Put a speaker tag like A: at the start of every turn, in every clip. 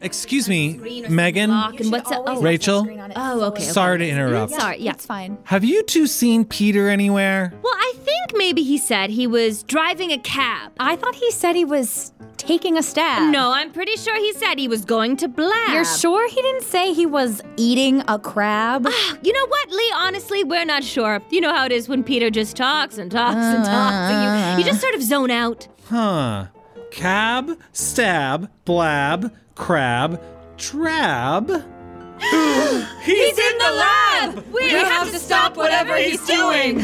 A: Excuse me, Megan.
B: And what's up? Oh,
A: Rachel?
B: Oh, okay. okay.
A: Sorry to interrupt.
B: Sorry. Yeah.
C: It's fine.
A: Have you two seen Peter anywhere?
B: Well, I think maybe he said he was driving a cab.
C: I thought he said he was taking a stab.
B: No, I'm pretty sure he said he was going to Blab.
C: You're sure he didn't say he was eating a crab?
B: You know what, Lee? Honestly, we're not sure. You know how it is when Peter just talks and talks and talks, and
C: Uh.
B: you, you just sort of zone out.
A: Huh. Cab, stab, blab, crab, drab. He's in the lab!
B: We, have, to stop whatever he's doing.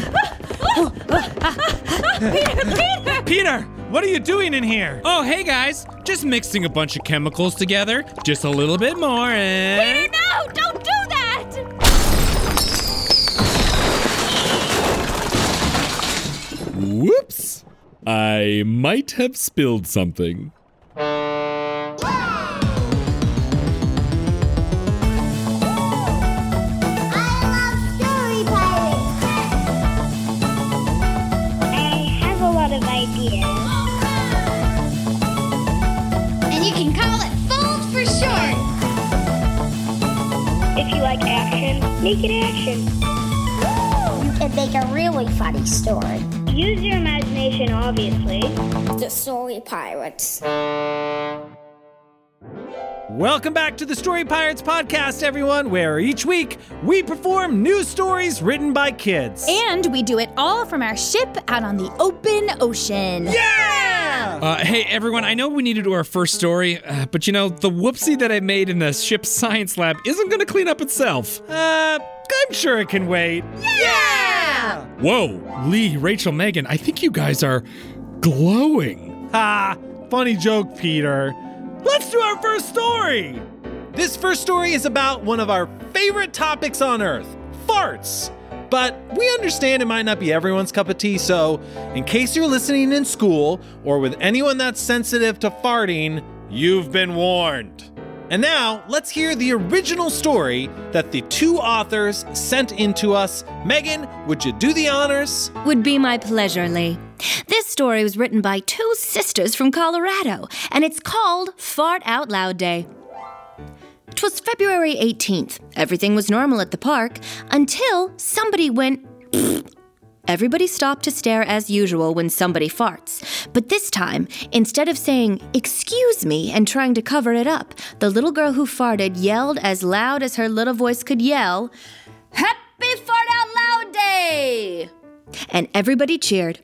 A: Peter, what are you doing in here?
D: Oh, hey guys, just mixing a bunch of chemicals together, just a little bit more, eh? and
B: No, don't do that!
D: whoops, I might have spilled something.
E: I have a lot of ideas.
F: And you can call it Fold for short.
E: If you like action, make it action.
F: You can make a really funny story.
E: Use your imagination, obviously.
F: The Story Pirates.
A: Welcome back to the Story Pirates podcast, everyone, where each week we perform new stories written by kids.
C: And we do it all from our ship out on the open ocean.
A: yeah!
D: Uh, hey everyone, I know we need to do our first story, uh, but you know, the whoopsie that I made in the ship's science lab isn't gonna clean up itself.
A: Uh, I'm sure it can wait.
D: Whoa, Lee, Rachel, Megan, I think you guys are glowing.
A: Ha! Funny joke, Peter. Let's do our first story! This first story is about one of our favorite topics on Earth farts. But we understand it might not be everyone's cup of tea, so in case you're listening in school or with anyone that's sensitive to farting, you've been warned. And now let's hear the original story that the two authors sent in to us. Megan, would you do the honors?
B: Would be my pleasure, Lee. This story was written by two sisters from Colorado, and it's called Fart Out Loud Day. 'Twas February 18th. Everything was normal at the park until somebody went. Everybody stopped to stare as usual when somebody farts. But this time, instead of saying, Excuse me, and trying to cover it up, the little girl who farted yelled as loud as her little voice could yell, Happy Fart Out Loud Day! And everybody cheered.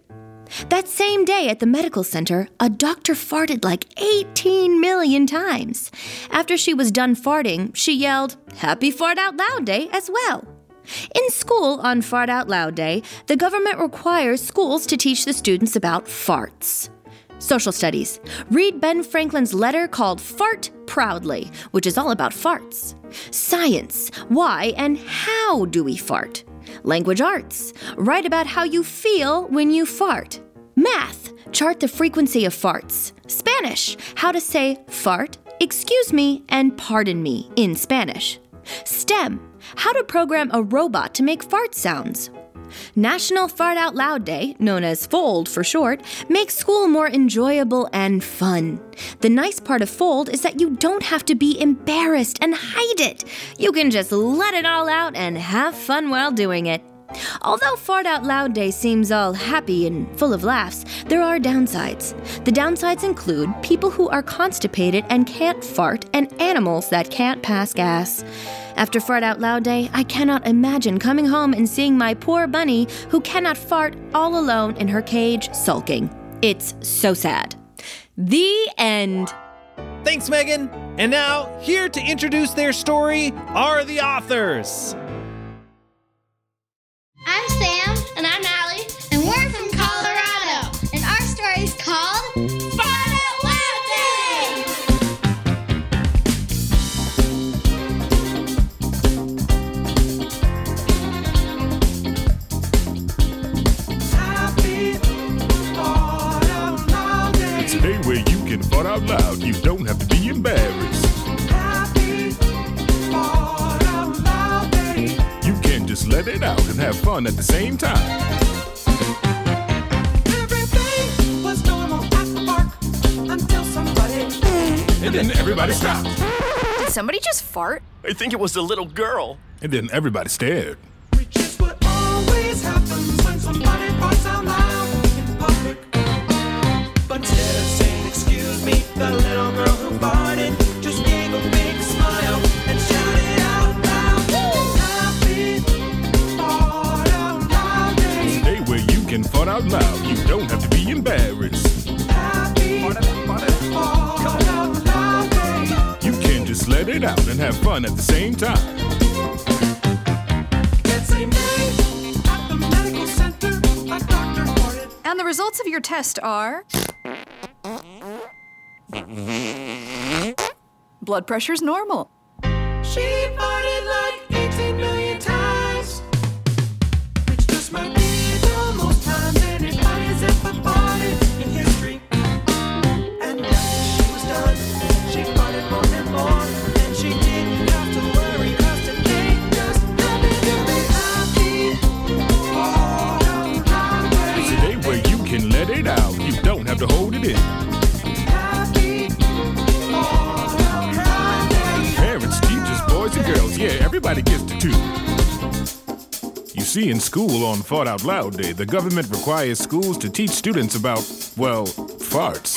B: That same day at the medical center, a doctor farted like 18 million times. After she was done farting, she yelled, Happy Fart Out Loud Day as well. In school on Fart Out Loud Day, the government requires schools to teach the students about farts. Social Studies. Read Ben Franklin's letter called Fart Proudly, which is all about farts. Science. Why and how do we fart? Language arts. Write about how you feel when you fart. Math. Chart the frequency of farts. Spanish. How to say fart, excuse me, and pardon me in Spanish. STEM. How to program a robot to make fart sounds. National Fart Out Loud Day, known as FOLD for short, makes school more enjoyable and fun. The nice part of FOLD is that you don't have to be embarrassed and hide it. You can just let it all out and have fun while doing it. Although Fart Out Loud Day seems all happy and full of laughs, there are downsides. The downsides include people who are constipated and can't fart and animals that can't pass gas. After Fart Out Loud Day, I cannot imagine coming home and seeing my poor bunny who cannot fart all alone in her cage sulking. It's so sad. The end.
A: Thanks, Megan. And now, here to introduce their story are the authors.
F: I'm Sam. And I'm Allie. And we're from Colorado. And our story's called Fun Out Loud Day.
G: Fart Out Loud. You don't have to be embarrassed. You can just let it out and have fun at the same time.
E: Everything was normal at the park until somebody.
G: And then everybody stopped.
H: Did somebody just fart?
C: I think it was the little girl.
G: And then everybody stared.
E: Which is what always happens when somebody farts out loud in public. But instead of saying, Excuse me, the little girl who farted just gave a big smile and shouted out loud. Happy fart out loud day.
G: Day where you can fart out loud. You don't have to be embarrassed.
E: Happy fart out loud day.
G: You can just let it out and have fun at the same time.
E: It's a name at the medical center. A doctor farted.
H: And the results of your test are. Blood pressure's normal.
E: She farted like 18 million times. Which just might be the most times anybody's ever farted in history. And after she was done, she farted more and more. And she didn't have to worry, 'cause today just happened to be happy. Fart out loud,
G: It's a day where you can let it out. You don't have to hold it in.
E: happy. Fart out loud, baby.
G: Parents, teachers, boys and girls, yeah, everybody gets to two. You see, in school on Fart Out Loud Day, the government requires schools to teach students about, well, farts.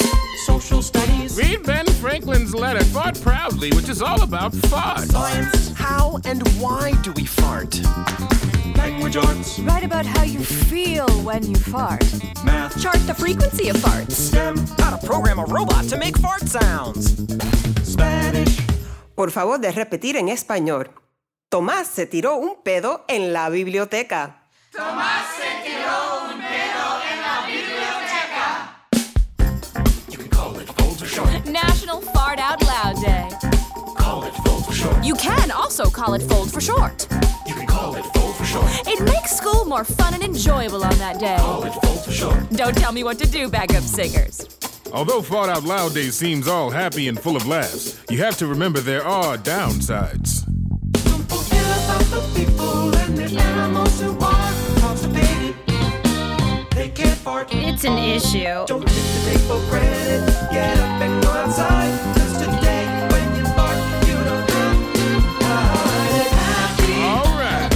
E: Social studies.
G: Read Ben Franklin's letter, Fart Proudly, which is all about farts.
E: science,
C: How and why do we fart?
E: language arts,
H: Write about how you feel when you fart.
E: math,
H: Chart the frequency of farts.
E: STEM,
C: How to program a robot to make fart sounds.
E: Spanish,
I: Por favor, de repetir en español. Tomás se tiró un pedo en la biblioteca.
H: National Fart Out Loud Day. You can also call it Fold for short.
C: You can call it fold for short.
H: It makes school more fun and enjoyable on that day.
C: it fold for short.
H: Don't tell me what to do, backup singers.
G: Although Fart Out Loud Day seems all happy and full of laughs, you have to remember there are downsides.
E: Don't forget about the people and the animals who are constipated. They can't fart.
J: It's an issue.
E: Don't take the day for granted. Get up and go outside. 'Cause today, when you fart, you don't have to hide it. Happy
G: All right.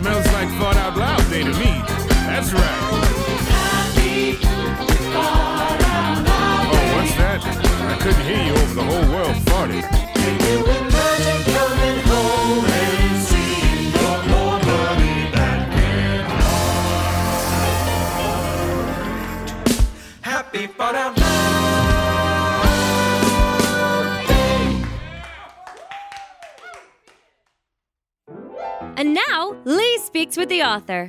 G: Smells like Fart Out Loud Day to me. That's right. Oh, what's that? I couldn't hear you over the whole world farting.
E: Can you imagine coming home and seeing your nobody that can fart? Happy fart out loud day.
B: And now, Lee speaks with the author.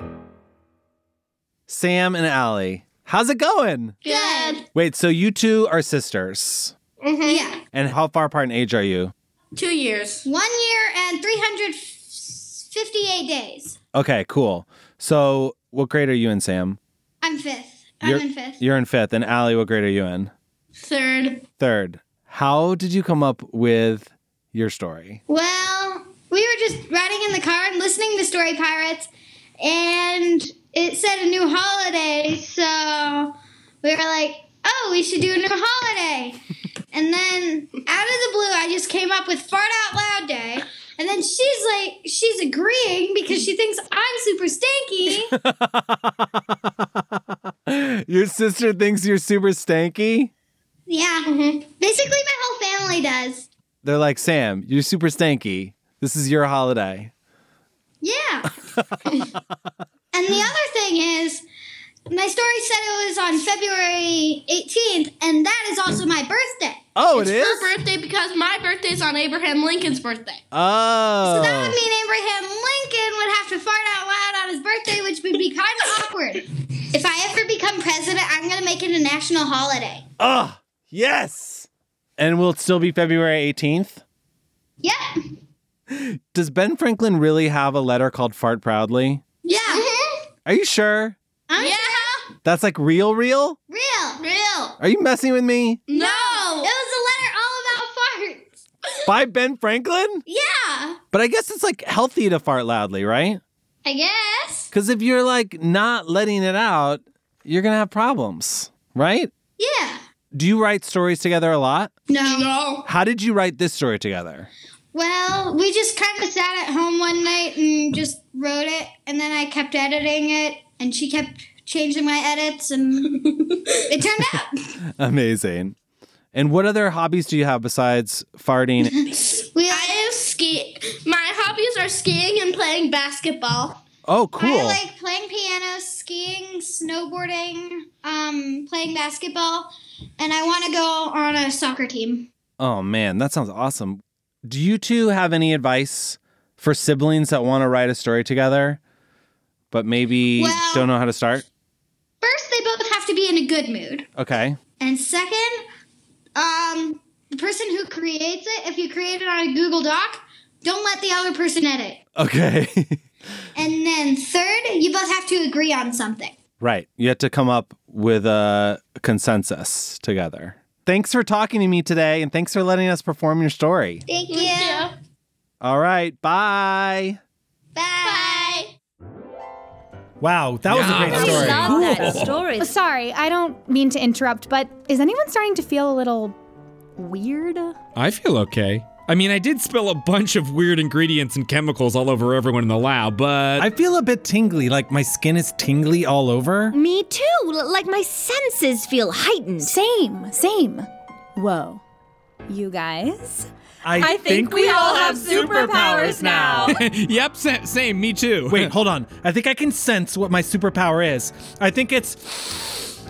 A: Sam and Allie, how's it going?
F: Good.
A: Wait, so you two are sisters.
E: Mm-hmm.
F: Yeah.
A: And how far apart in age are you?
F: Two years. One year and 358 days.
A: Okay, cool. So what grade are you in, Sam?
F: I'm fifth. I'm
A: You're-
F: in fifth.
A: You're in fifth. And Allie, what grade are you in?
F: Third.
A: Third. How did you come up with your story?
F: Well, we were just riding in the car and listening to Story Pirates, and it said a new holiday, so we were like, oh, we should do a new holiday. and then out of the blue, I just came up with Fart Out Loud Day. And then she's like, she's agreeing because she thinks I'm super stanky.
A: Your sister thinks you're super stanky?
F: yeah. Mm-hmm. Basically, my whole family does.
A: They're like, Sam, you're super stanky. This is your holiday.
F: Yeah. and the other thing is, my story said it was on February 18th, and that is also my birthday.
A: Oh, it is?
F: Her birthday because my birthday's on Abraham Lincoln's birthday.
A: Oh.
F: So that would mean Abraham Lincoln would have to fart out loud on his birthday, which would be kind of awkward. If I ever become president, I'm going to make it a national holiday.
A: Ah, yes. And will it still be February 18th?
F: Yep.
A: Does Ben Franklin really have a letter called Fart Proudly?
F: Yeah. Mm-hmm.
A: Are you sure?
F: yeah.
A: That's like real, real?
F: Real. Real.
A: Are you messing with me?
F: No! It was a letter all about farts.
A: By Ben Franklin?
F: Yeah,
A: But I guess it's like healthy to fart loudly, right?
F: I guess.
A: Because if you're like not letting it out, you're going to have problems, right?
F: Yeah.
A: Do you write stories together a lot?
F: No. No.
A: How did you write this story together?
F: Well, we just kind of sat at home one night and just wrote it, and then I kept editing it, and she kept changing my edits, and it turned out.
A: Amazing. And what other hobbies do you have besides farting?
K: I am ski. My hobbies are skiing and playing basketball.
A: Oh, cool.
F: like playing piano, skiing, snowboarding, um, playing basketball, and I want to go on a soccer team.
A: Oh man, that sounds awesome. Do you two have any advice for siblings that want to write a story together, but maybe
F: Well-
A: don't know how to start?
F: First, they both have to be in a good mood,
A: Okay.
F: and second, um, the person who creates it, if you create it on a Google Doc, don't let the other person edit.
A: Okay.
F: And then third, you both have to agree on something.
A: right. You had to come up with a consensus together. Thanks for talking to me today and thanks for letting us perform your story.
F: Thank you. Thank
A: All right. Bye.
L: Wow, that was a
A: Yeah.
L: great
A: I
L: story.
A: love that Cool. story.
C: Oh, sorry, I don't mean to interrupt, but is anyone starting to feel a little weird?
D: I feel okay. I mean, I did spill a bunch of weird ingredients and chemicals all over everyone in the lab, but.
L: I feel a bit tingly, like my skin is tingly all over.
B: Me too. L- like my senses feel heightened.
C: Same, same. Whoa. You guys?
L: I,
C: think we all have superpowers now.
D: yep, sa- same. Me too.
L: Wait, hold on. I think I can sense what my superpower is. I think it's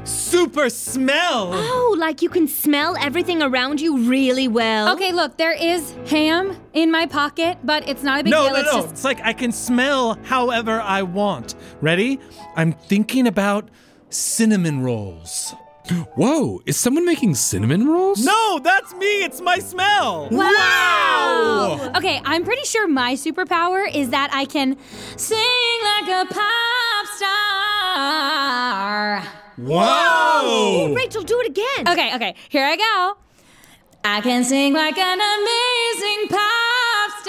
L: super smell.
B: Oh, like you can smell everything around you really well.
C: Okay, look, there is ham in my pocket, but it's not a big
L: no,
C: deal.
L: no,
C: it's
L: no.
C: just
L: It's like I can smell however I want. Ready? I'm thinking about cinnamon rolls.
D: Whoa, Oh, is someone making cinnamon rolls?
L: No, that's me. It's my smell.
C: Wow! Okay, I'm pretty sure my superpower is that I can sing like a pop star.
E: Whoa!
C: Rachel, do it again. Okay, okay, here I go. I can sing like an amazing pop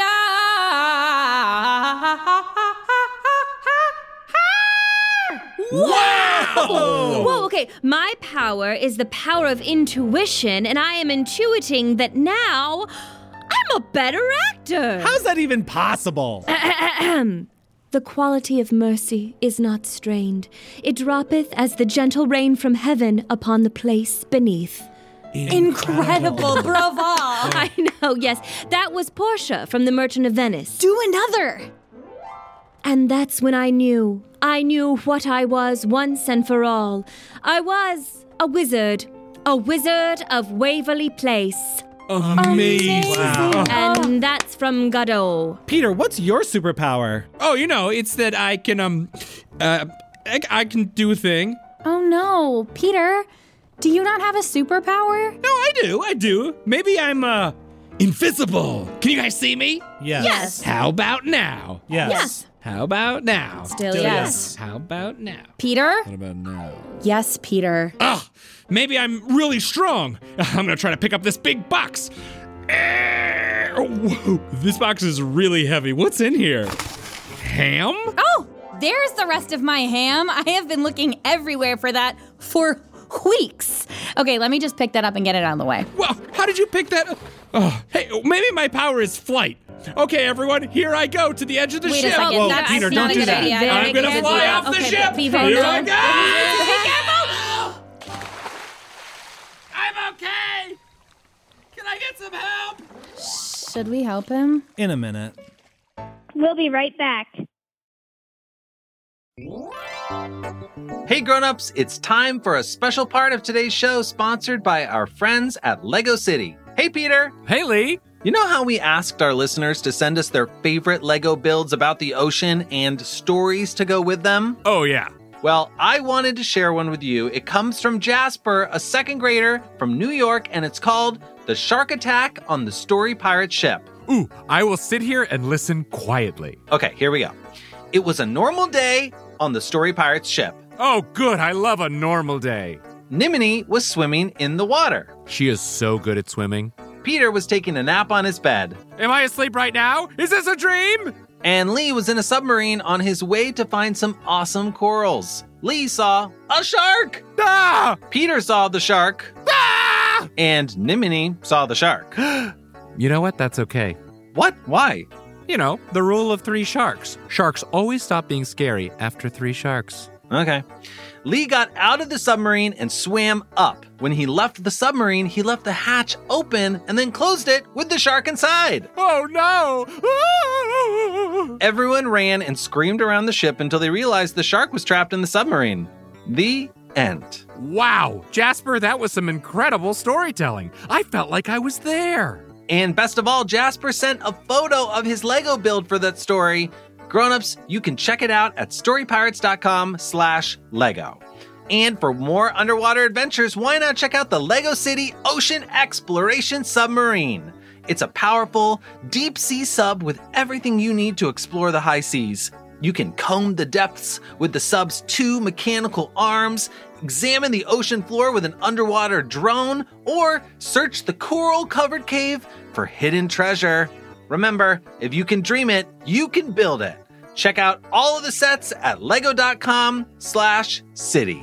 C: star.
B: Whoa! Whoa, okay. My power is the power of intuition, and I am intuiting that now I'm a better actor.
L: How's that even possible?
B: Ahem. The quality of mercy is not strained. It droppeth as the gentle rain from heaven upon the place beneath.
C: Incredible bravo!
B: I know, yes. That was Portia from The Merchant of Venice.
C: Do another!
B: And that's when I knew. I knew what I was once and for all. I was a wizard. A wizard of Waverly Place.
D: Amazing.
L: Wow.
B: And that's from Godot.
L: Peter, what's your superpower?
D: Oh, you know, it's that I can um, uh, I, I can do a thing.
C: Oh no, Peter, do you not have a superpower?
D: No, I do, I do. Maybe I'm uh, invisible. Can you guys see me?
L: Yes.
C: Yes.
D: How about now?
L: Yes.
C: Yes.
D: How about now?
C: Still Still yes. yes.
D: How about now?
C: Peter?
D: What about now?
C: Yes, Peter.
D: Ugh, maybe I'm really strong. I'm gonna try to pick up this big box. Eh, whoa, This box is really heavy. What's in here? Ham?
C: Oh, there's the rest of my ham. I have been looking everywhere for that for weeks. Okay, let me just pick that up and get it out of the way.
D: Well, how did you pick that up? Oh, hey, maybe my power is flight. Okay, everyone, here I go to the edge of the
C: Wait a
D: ship.
C: second, Whoa, that's Peter, don't not do a good that. idea. I
D: I'm
C: think
D: gonna
C: that's
D: fly
C: wrong.
D: off the
C: Okay,
D: ship.
C: but be
D: Here
C: very
D: I
C: careful.
D: go.
C: Be careful.
D: I'm okay. Can I get some help?
C: Should we help him?
L: In a minute.
M: We'll be right back.
A: Hey grown-ups, it's time for a special part of today's show sponsored by our friends at Lego City. Hey Peter.
D: Hey Lee.
A: You know how we asked our listeners to send us their favorite Lego builds about the ocean and stories to go with them?
D: Oh yeah.
A: Well, I wanted to share one with you. It comes from Jasper, a second grader from New York, and it's called The Shark Attack on the Story Pirate Ship.
N: Ooh, I will sit here and listen quietly.
A: Okay, here we go. It was a normal day on the Story Pirates ship.
N: Oh, good. I love a normal day.
A: Nimini was swimming in the water.
N: She is so good at swimming.
A: Peter was taking a nap on his bed.
N: Am I asleep right now? Is this a dream?
A: And Lee was in a submarine on his way to find some awesome corals. Lee saw a shark!
N: Ah!
A: Peter saw the shark. Ah! And Nimini saw the shark.
N: You know what? That's okay.
A: what? Why?
N: You know, the rule of three sharks. Sharks always stop being scary after three sharks.
A: Okay. Lee got out of the submarine and swam up. When he left the submarine, he left the hatch open and then closed it with the shark inside.
N: Oh no!
A: Everyone ran and screamed around the ship until they realized the shark was trapped in the submarine. The end.
N: Wow, Jasper, that was some incredible storytelling. I felt like I was there.
A: And best of all, Jasper sent a photo of his Lego build for that story. Grown-ups, you can check it out at storypirates.com slash Lego. And for more underwater adventures, why not check out the Lego City Ocean Exploration Submarine? It's a powerful, deep sea sub with everything you need to explore the high seas. You can comb the depths with the sub's two mechanical arms, examine the ocean floor with an underwater drone, or search the coral covered cave for hidden treasure. Remember, if you can dream it, you can build it. Check out all of the sets at lego.com slash city.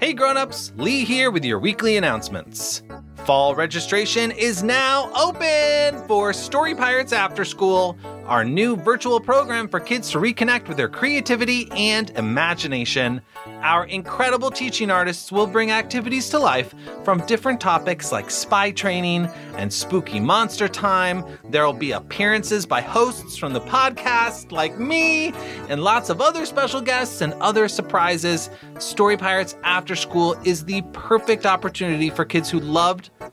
A: Hey grown-ups, Lee here with your weekly announcements. Fall registration is now open for Story Pirates After School, our new virtual program for kids to reconnect with their creativity and imagination. Our incredible teaching artists will bring activities to life from different topics like spy training and spooky monster time. There'll be appearances by hosts from the podcast, like me, and lots of other special guests and other surprises. Story Pirates After School is the perfect opportunity for kids who loved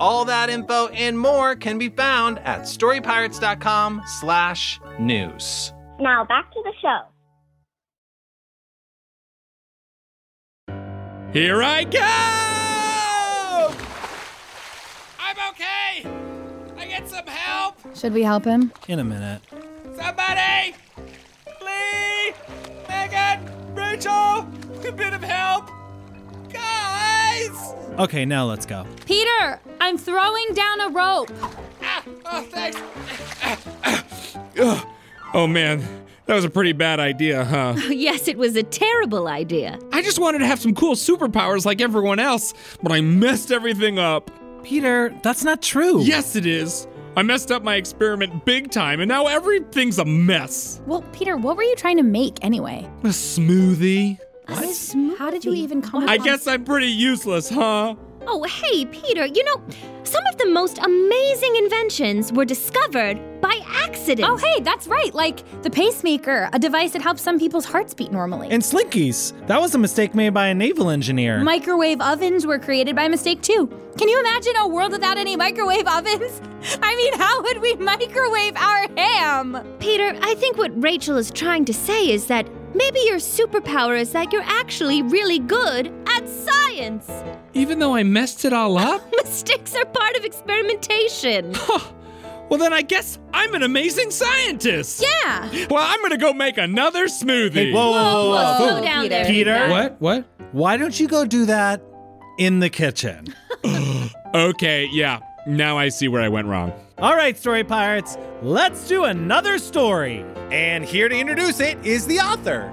A: all that info and more can be found at storypirates.com slash news.
M: Now back to the show.
D: Here I go! I'm okay! I get some help!
C: Should we help him?
L: In a minute.
D: Somebody! Lee! Megan! Rachel! A bit of help! Guys!
L: Okay, now let's go.
C: Peter, I'm throwing down a rope.
D: Ah, oh, thanks! Ugh. Oh man, that was a pretty bad idea, huh?
B: yes, it was a terrible idea.
D: I just wanted to have some cool superpowers like everyone else, but I messed everything up.
L: Peter, that's not true.
D: Yes, it is. I messed up my experiment big time, and now everything's a mess.
C: Well, Peter, what were you trying to make anyway?
D: A smoothie?
C: What? How did you even come?
D: I
C: upon-
D: guess I'm pretty useless, huh?
B: Oh, hey, Peter, you know, some of the most amazing inventions were discovered by accident.
C: Oh, hey, that's right. Like the pacemaker, a device that helps some people's hearts beat normally.
L: And Slinkies, that was a mistake made by a naval engineer.
C: Microwave ovens were created by mistake, too. Can you imagine a world without any microwave ovens? I mean, how would we microwave our ham?
B: Peter, I think what Rachel is trying to say is that maybe your superpower is that you're actually really good at science. science.
D: Even though I messed it all up?
B: Mistakes are part of experimentation.
D: Well, then I guess I'm an amazing scientist.
B: Yeah.
D: Well, I'm gonna go make another smoothie.
L: Hey, whoa, whoa, whoa, whoa.
B: Slow down there.
L: Peter?
D: What? What?
L: Why don't you go do that in the kitchen?
D: Okay, yeah. Now I see where I went wrong.
L: All right, Story Pirates, let's do another story. And here to introduce it is the author.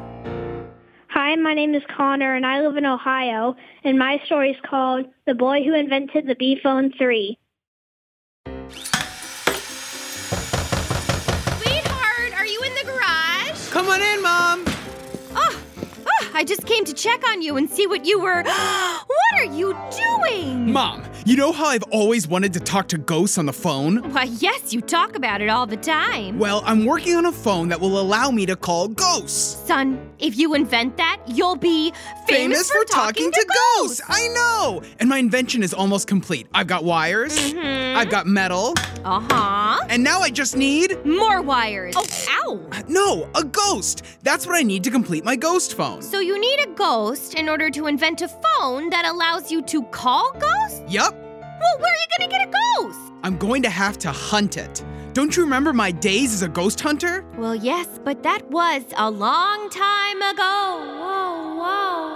M: Hi, my name is Connor, and I live in Ohio, and my story is called The Boy Who Invented the B Phone 3.
H: Sweetheart, are you in the garage?
B: Come on in, Mom. Oh, oh, I just came to check on you and see what you were. what are you doing?
O: Mom, you know how I've always wanted to talk to ghosts on the phone?
B: Why, yes, you talk about it all the time.
O: Well, I'm working on a phone that will allow me to call ghosts.
B: Son, if you invent that, you'll be famous, for, talking, to
O: ghosts. I know! And my invention is almost complete. I've got wires,
B: Mm-hmm.
O: I've got metal,
B: Uh huh.
O: and now I just need.
B: More wires. Oh, ow.
O: No, a ghost! That's what I need to complete my ghost phone.
B: So you need a ghost in order to invent a phone that allows you to call ghosts?
O: Yep,
B: Well, where are you gonna get a ghost?
O: I'm going to have to hunt it. Don't you remember my days as a ghost hunter?
B: Well, yes, but that was a long time ago. Whoa,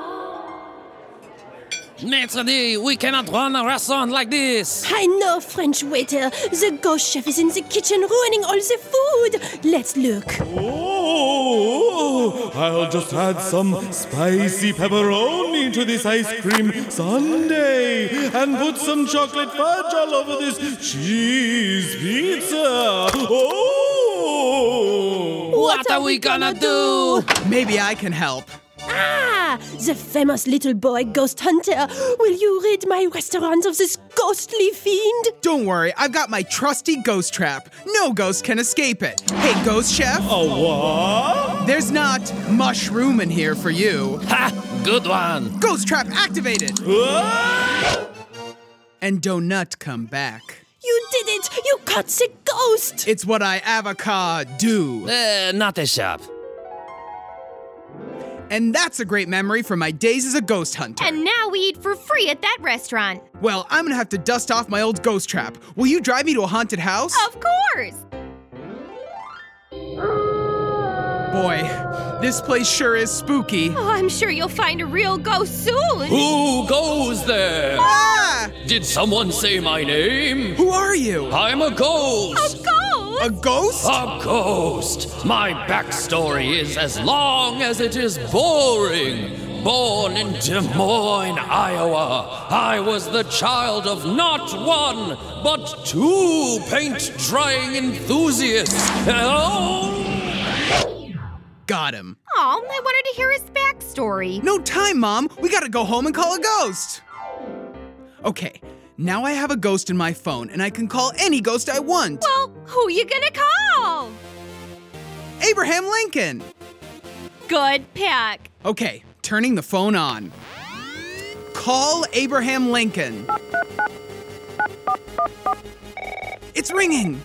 P: Naturally, we cannot run a restaurant like this.
Q: I know, French waiter. The ghost chef is in the kitchen ruining all the food. Let's look.
R: Oh, I'll just add some spicy pepperoni to this ice cream sundae and put some chocolate fudge all over this cheese pizza. Oh!
P: What are we gonna do?
O: Maybe I can help.
Q: Ah, the famous little boy ghost hunter. Will you rid my restaurant of this ghostly fiend?
O: Don't worry, I've got my trusty ghost trap. No ghost can escape it. Hey, ghost chef.
R: Oh,
O: what? There's not mushroom in here for you.
P: Ha! Good one.
O: Ghost trap activated. And donut come back.
Q: You did it! You caught the ghost!
O: It's what I avocado do.
P: Eh, not a shop.
O: And that's a great memory from my days as a ghost hunter.
B: And now we eat for free at that restaurant.
O: Well, I'm gonna have to dust off my old ghost trap. Will you drive me to a haunted house?
B: Of course.
O: Boy, this place sure is spooky.
B: Oh, I'm sure you'll find a real ghost soon.
P: Who goes there?
O: Ah!
P: Did someone say my name?
O: Who are you?
P: I'm a ghost.
O: A ghost?
P: A ghost. My backstory is as long as it is boring. Born in Des Moines, Iowa, I was the child of not one, but two paint drying enthusiasts. Oh!
O: Got him.
B: Oh, I wanted to hear his backstory.
O: No time, Mom. We gotta go home and call a ghost. Okay, now I have a ghost in my phone and I can call any ghost I want.
B: Well, who you gonna call?
O: Abraham Lincoln.
B: Good pick.
O: Okay, turning the phone on. Call Abraham Lincoln. It's ringing.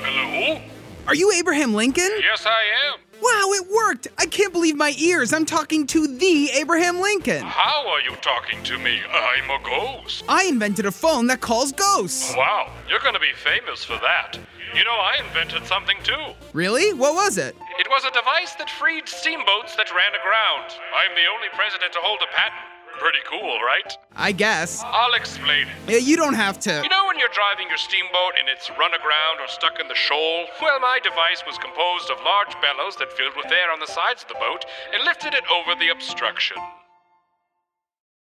S: Hello?
O: Are you Abraham Lincoln?
S: Yes, I am.
O: Wow, it worked! I can't believe my ears. I'm talking to the Abraham Lincoln.
S: How are you talking to me? I'm a ghost.
O: I invented a phone that calls ghosts.
S: Wow, you're gonna be famous for that. You know, I invented something too.
O: Really? What was it?
S: It was a device that freed steamboats that ran aground. I'm the only president to hold a patent. Pretty cool, right?
O: I guess.
S: I'll explain it.
O: Yeah, you don't have to.
S: You know when you're driving your steamboat and it's run aground or stuck in the shoal? Well, my device was composed of large bellows that filled with air on the sides of the boat and lifted it over the obstruction.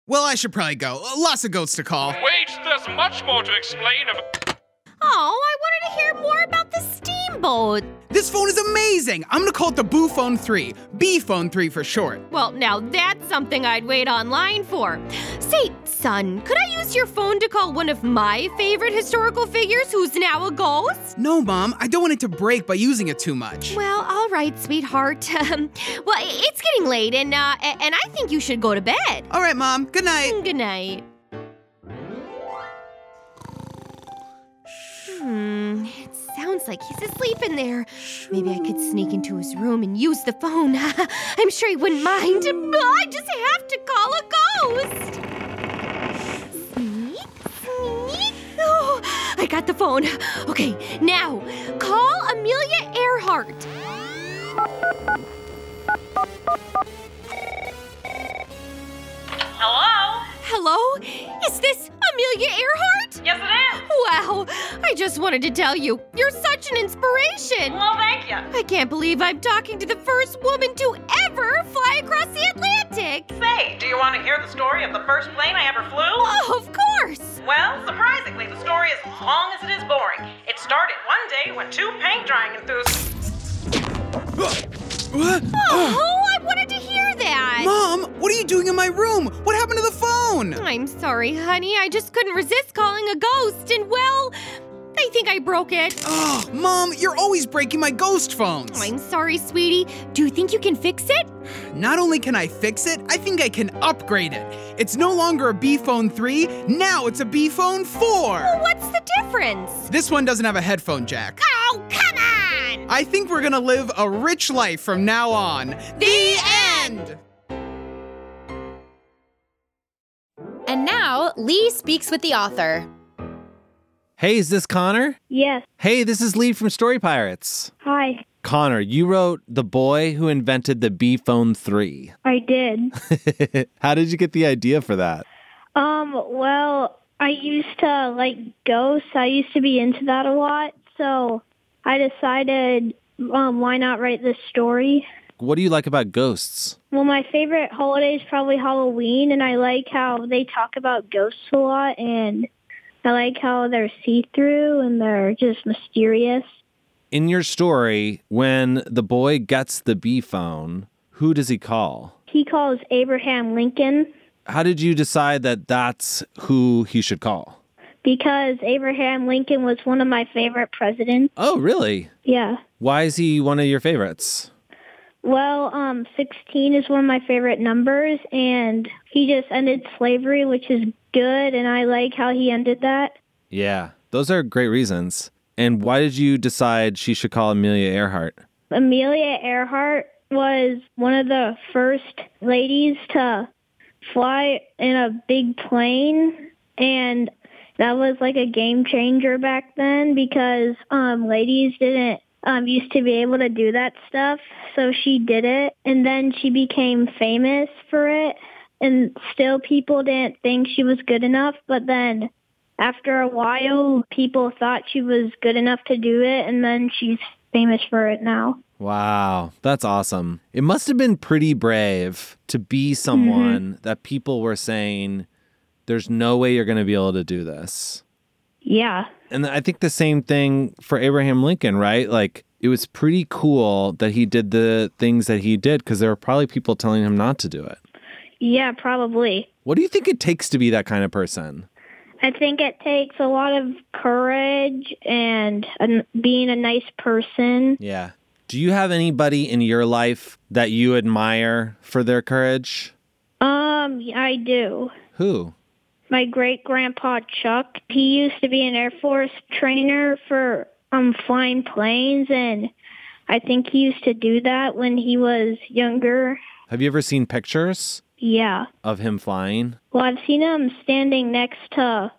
O: Well, I should probably go. Uh, Lots of ghosts to call.
S: Wait, there's much more to explain about.
B: Oh, I wanted to hear more about the steamboat.
O: This phone is amazing. I'm gonna call it the Boo Phone 3. B Phone 3 for short.
B: Well, now that's something I'd wait online for. Say, son, could I use your phone to call one of my favorite historical figures who's now a ghost?
O: No, Mom, I don't want it to break by using it too much.
B: Well, all right, sweetheart. Um, well, i- it's getting late, and uh, a- and I think you should go to bed. Mm,
O: All right, Mom. Good night.
B: Good night. Hmm. It sounds like he's asleep in there. Maybe I could sneak into his room and use the phone. I'm sure he wouldn't mind. I just have to call a ghost. I got the phone. Okay, now call Amelia Earhart.
T: Hello?
B: Hello? Is this Amelia Earhart?
T: Yes, it is.
B: Wow, I just wanted to tell you, you're such an inspiration.
T: Well, thank you.
B: I can't believe I'm talking to the first woman to ever fly across the Atlantic.
T: Say, do you want to hear the story of the first plane I ever flew?
B: Oh, of course.
T: Well, surprisingly, the story is as long as it is boring. It started one day when two paint drying enthusiasts.
B: Oh, I wanted to hear that.
O: Mom, what are you doing in my room? What happened to the phone?
B: I'm sorry, honey. I just couldn't resist calling a ghost, and well, I think I broke it.
O: Oh, Mom, you're always breaking my ghost phones.
B: I'm sorry, sweetie. Do you think you can fix it?
O: Not only can I fix it, I think I can upgrade it. It's no longer a B Phone 3, now it's a B Phone 4.
B: What's the difference?
O: This one doesn't have a headphone jack.
B: Oh, come on!
O: I think we're gonna live a rich life from now on.
B: The end!
U: And now, Lee speaks with the author.
A: Hey, is this Connor?
M: Yes.
A: Hey, this is Lee from Story Pirates.
M: Hi.
A: Connor, you wrote The Boy Who Invented the B Phone 3.
M: I did.
A: How did you get the idea for that?
M: Um, well, I used to like ghosts. I used to be into that a lot. So I decided, um, why not write this story?
A: What do you like about ghosts?
M: Well, my favorite holiday is probably Halloween, and I like how they talk about ghosts a lot, and I like how they're see-through and they're just mysterious.
A: In your story, when the boy gets the B phone, who does he call?
M: He calls Abraham Lincoln
A: How did you decide that that's who he should call?
M: because Abraham Lincoln was one of my favorite presidents.
A: Oh, really?
M: Yeah.
A: Why is he one of your favorites?
M: Well, um, 16 is one of my favorite numbers, and he just ended slavery, which is good, and I like how he ended that.
A: Yeah, those are great reasons. And why did you decide she should call Amelia Earhart?
M: Amelia Earhart was one of the first ladies to fly in a big plane, and that was like a game changer back then because um, ladies didn't um, used to be able to do that stuff, so she did it, and then she became famous for it, and still people didn't think she was good enough, but then after a while, people thought she was good enough to do it, and then she's famous for it now.
A: Wow, that's awesome. It must have been pretty brave to be someone that people were saying, there's no way you're going to be able to do this.
M: Yeah.
A: And I think the same thing for Abraham Lincoln, right? Like, it was pretty cool that he did the things that he did because there were probably people telling him not to do it.
M: Yeah, probably.
A: What do you think it takes to be that kind of person?
M: I think it takes a lot of courage and um, being a nice person.
A: Yeah. Do you have anybody in your life that you admire for their courage?
M: Um, I do.
A: Who?
M: My great grandpa Chuck, he used to be an Air Force trainer for um flying planes and I think he used to do that when he was younger.
A: Have you ever seen pictures
M: Yeah.
A: of him flying?
M: Well, I've seen him standing next to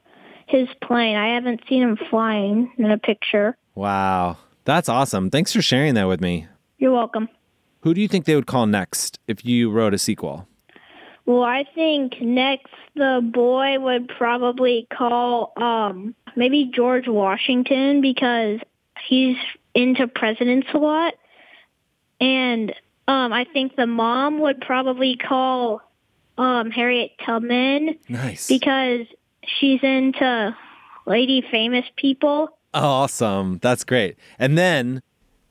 M: his plane. I haven't seen him flying in a picture.
A: Wow. That's awesome. Thanks for sharing that with me.
M: You're welcome.
A: Who do you think they would call next if you wrote a sequel?
M: Well, I think next the boy would probably call um maybe George Washington because he's into presidents a lot. And um I think the mom would probably call um Harriet Tubman
A: Nice.
M: because she's into lady famous people.
A: Awesome. That's great. And then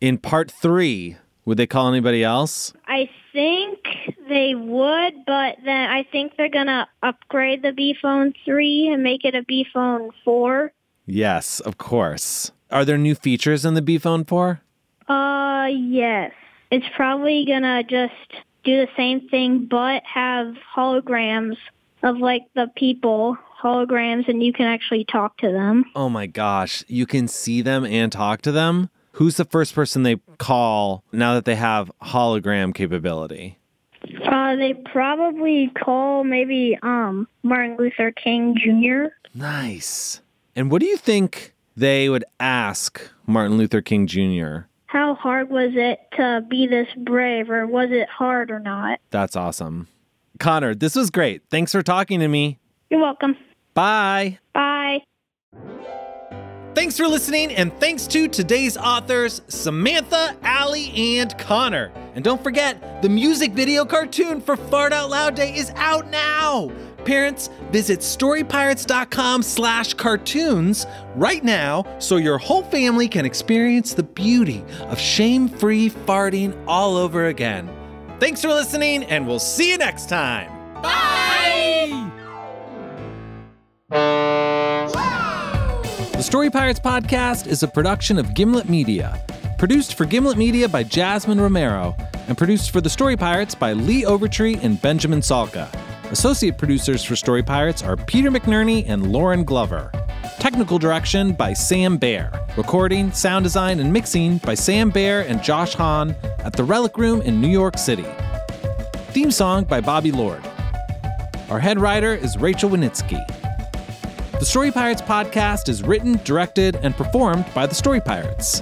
A: in part three, would they call anybody else?
M: I think they would, but then I think they're gonna upgrade the B phone three and make it a B phone four.
A: Yes, of course. Are there new features in the B Phone 4?
M: Uh, yes. It's probably gonna just do the same thing, but have holograms of like the people, holograms, and you can actually talk to them.
A: Oh my gosh. You can see them and talk to them. Who's the first person they call now that they have hologram capability?
M: Uh, they probably call maybe um Martin Luther King Jr.
A: Nice. And what do you think
D: they would ask Martin Luther King Jr.
M: How hard was it to be this brave, or was it hard or not?
D: That's awesome. Connor, this was great. Thanks for talking to me.
M: You're welcome.
D: Bye.
M: Bye.
A: Thanks for listening, and thanks to today's authors, Samantha, Allie, and Connor. And don't forget, the music video cartoon for Fart Out Loud Day is out now! Parents, visit storypirates.com slash cartoons right now so your whole family can experience the beauty of shame-free farting all over again. Thanks for listening, and we'll see you next time!
D: The Story Pirates podcast is a production of Gimlet Media, produced for Gimlet Media by Jasmine Romero, and produced for The Story Pirates by Lee Overtree and Benjamin Salka. Associate producers for Story Pirates are Peter McNerney and Lauren Glover. Technical direction by Sam Baer. Recording, sound design, and mixing by Sam Baer and Josh Hahn at the Relic Room in New York City. Theme song by Bobby Lord. Our head writer is Rachel Winitsky. The Story Pirates podcast is written, directed, and performed by the Story Pirates.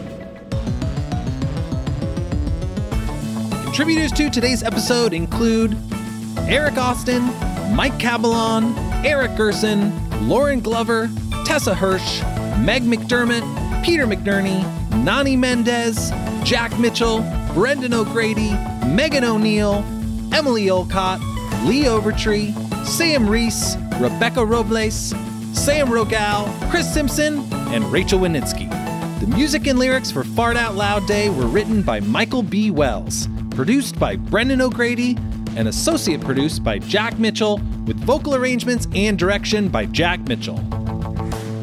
A: Contributors to today's episode include Eric Austin, Mike Cabalon, Eric Gerson, Lauren Glover, Tessa Hirsch, Meg McDermott, Peter McNerney, Nani Mendez, Jack Mitchell, Brendan O'Grady, Megan O'Neill, Emily Olcott, Lee Overtree, Sam Reese, Rebecca Robles, Sam Rogal, Chris Simpson, and Rachel Winitsky. The music and lyrics for Fart Out Loud Day were written by Michael B. Wells, produced by Brendan O'Grady, and associate produced by Jack Mitchell, with vocal arrangements and direction by Jack Mitchell.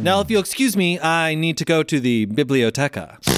A: Now, if you'll excuse me, I need to go to the biblioteca.